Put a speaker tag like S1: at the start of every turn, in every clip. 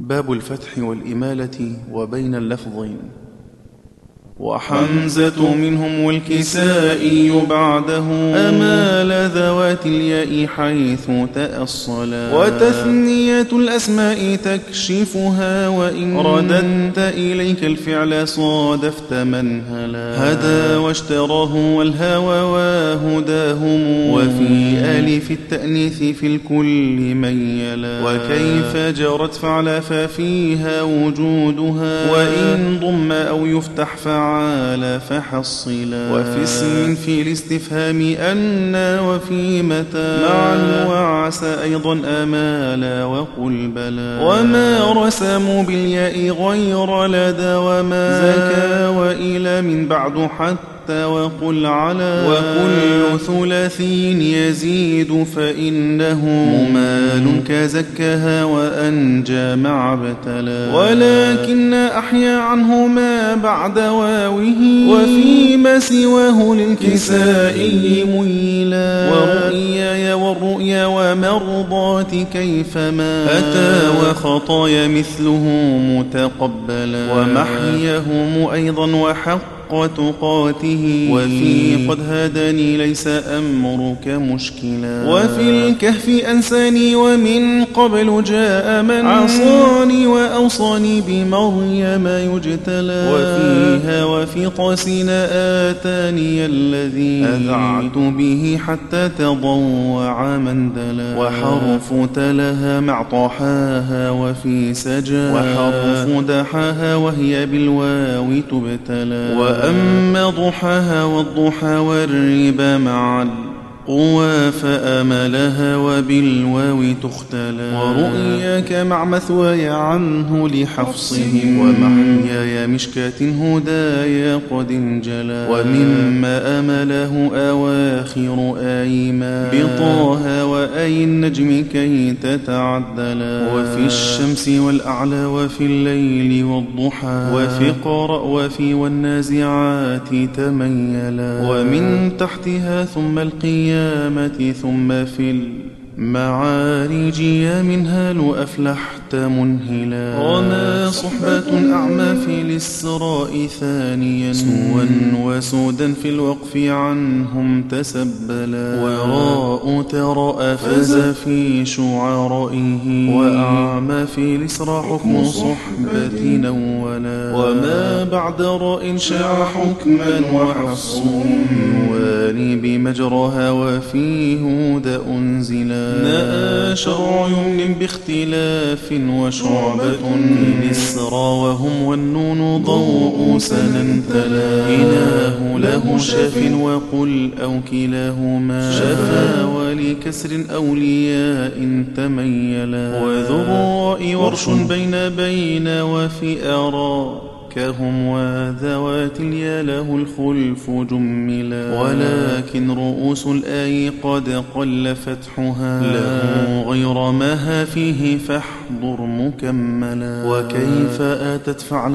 S1: باب الفتح والإمالة وبين اللفظين وحمزة منهم والكسائي بعده أمال ذوات الياء حيث تأصلا وتثنية الأسماء تكشفها وإن رددت إليك الفعل صادفت منهلا هدى واشتراه والهوى وهداهم وفي ألف التأنيث في الكل ميلا وكيف جرت فعل ففيها وجودها وإن ضم أو يفتح فعل تعالى فحصلا وفي اسم في الاستفهام أنا وفي متى معا وعسى أيضا أمالا وقل بلى وما رسموا بالياء غير لدى وما زكى وإلى من بعد حتى وقل على وكل ثلاثين يزيد فإنه مال كزكها وأنجى مع ابتلى ولكن أحيا عنهما بعد واوه وفيما سواه للكسائي ميلا ورؤياي والرؤيا ومرضاتي كيفما أتى وخطايا مثله متقبلا ومحيهم أيضا وحق حق تقاته وفي قد هداني ليس أمرك مشكلا وفي الكهف أنساني ومن قبل جاء من عصاني وأوصاني بمريم يجتلى وفيها وفي طاسين آتاني الذي أذعت به حتى تضوع مندلا وحرف تلها مع طحاها وفي سجى وحرف دحاها وهي بالواو تبتلى وأما ضحاها والضحى والربا معا قوى فأملها وبالواو تختلى ورؤياك مع مثواي عنه لحفصهم ومحياي مشكاة هدايا قد انجلى ومما أمله أواخر آيما بطاها وأي النجم كي تتعدلا وفي الشمس والأعلى وفي الليل والضحى وفي قرأ وفي والنازعات تميلا ومن تحتها ثم القيام القيامة ثم في المعارج يا منها لو أفلحت منهلا وما صحبة أعمى في الإسراء ثانيا سوا وسودا في الوقف عنهم تسبلا وراء تراء فاز في شعرائه وأعمى في الإسراء حكم صحبة نولا وما بعد راء شاع حكما وحفص والي بمجرها وفي هود أنزلا نأى شرع يمن باختلاف وشعبة نسرى وهم والنون ضوء سننتلا إله له شاف وقل أو كلاهما شفا ولكسر أولياء تميلا وذراء ورش بين بين وفي أرى كهم وذوات اليا له الخلف جملا ولكن رؤوس الآي قد قل فتحها له غير ماها فيه فاحضر مكملا وكيف آتت فعل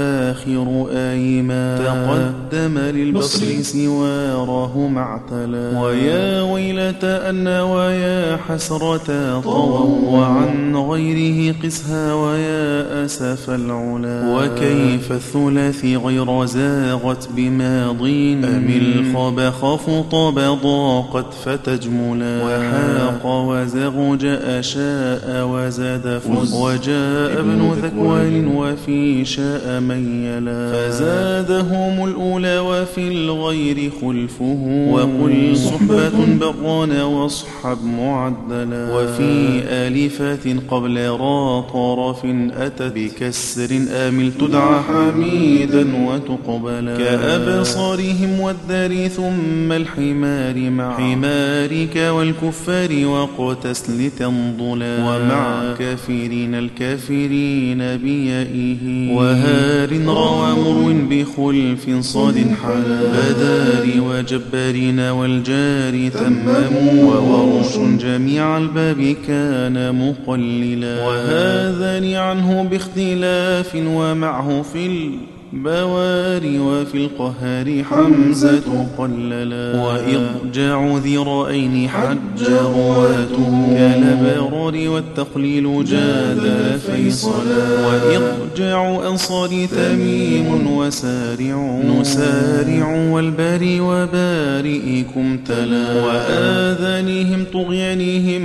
S1: وآخر آيما تقدم للبصر سواره معتلا ويا ويلة أن ويا حسرة طوى وعن غيره قسها ويا أسف العلا وكيف كيف الثلاث غير زاغت بماضين أم الخبخ فطب ضاقت فتجملا وحاق وزغ جاء شاء وزاد فز وجاء ابن ذكوان وفي شاء ميلا فزادهم الأولى وفي الغير خلفه وقل صحبة بران واصحب معدلا وفي آلفات قبل را طرف أتت بكسر آمل تدعى حميدا وتقبلا كأبصارهم والذر ثم الحمار مع حمارك والكفار وقتس لتنضلا ومع كافرين الكافرين بيائه وهار روى مرو بخلف صاد حلا بدار وجبارين والجار تمموا وورش جميع الباب كان مقللا وهذان عنه باختلاف ومعه في البواري وفي القهر حمزة قللا وإضجع ذرائين حج رواته كالأبرار والتقليل جاد في عليه صلاة وإضجع أصري تميم وسارع نسارع والباري وبارئكم تلا وآذانهم طغيانهم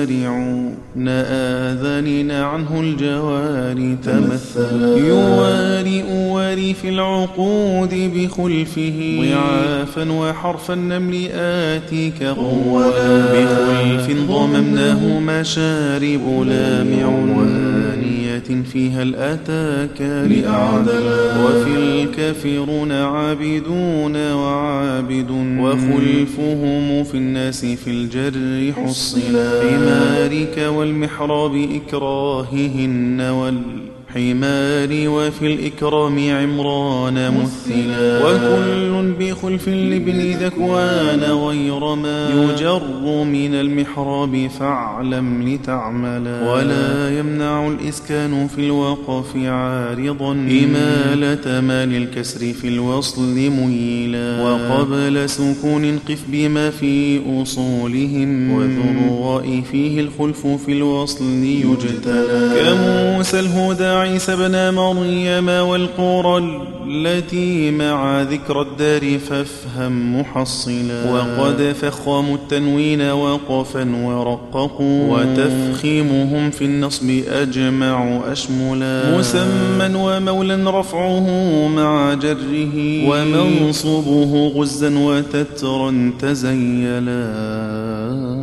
S1: ويسارعون آذاننا عنه الجوار تمثلا يوارئ واري في العقود بخلفه ضعافا وحرف النمل آتيك قولا بخلف ضممناه مشارب لامع وآنية فيها الأتاك لأعدلا وفي الكافرون عابدون وعابد وخلفهم في الناس في الجر حصلا بمارك والمحراب إكراههن وال حمار وفي الإكرام عمران مثلا وكل بخلف لابن ذكوان غير ما يجر من المحراب فاعلم لتعملا ولا يمنع الإسكان في الوقف عارضا إمالة ما للكسر في الوصل ميلا وقبل سكون قف بما في أصولهم وذراء فيه الخلف في الوصل يجتلى كموسى الهدى عيسى ابن مريم والقرى التي مع ذكر الدار فافهم محصلا وقد فخموا التنوين وقفا ورققوا وتفخيمهم في النصب أجمع أشملا مسمى ومولا رفعه مع جره ومنصبه غزا وتترا تزيلا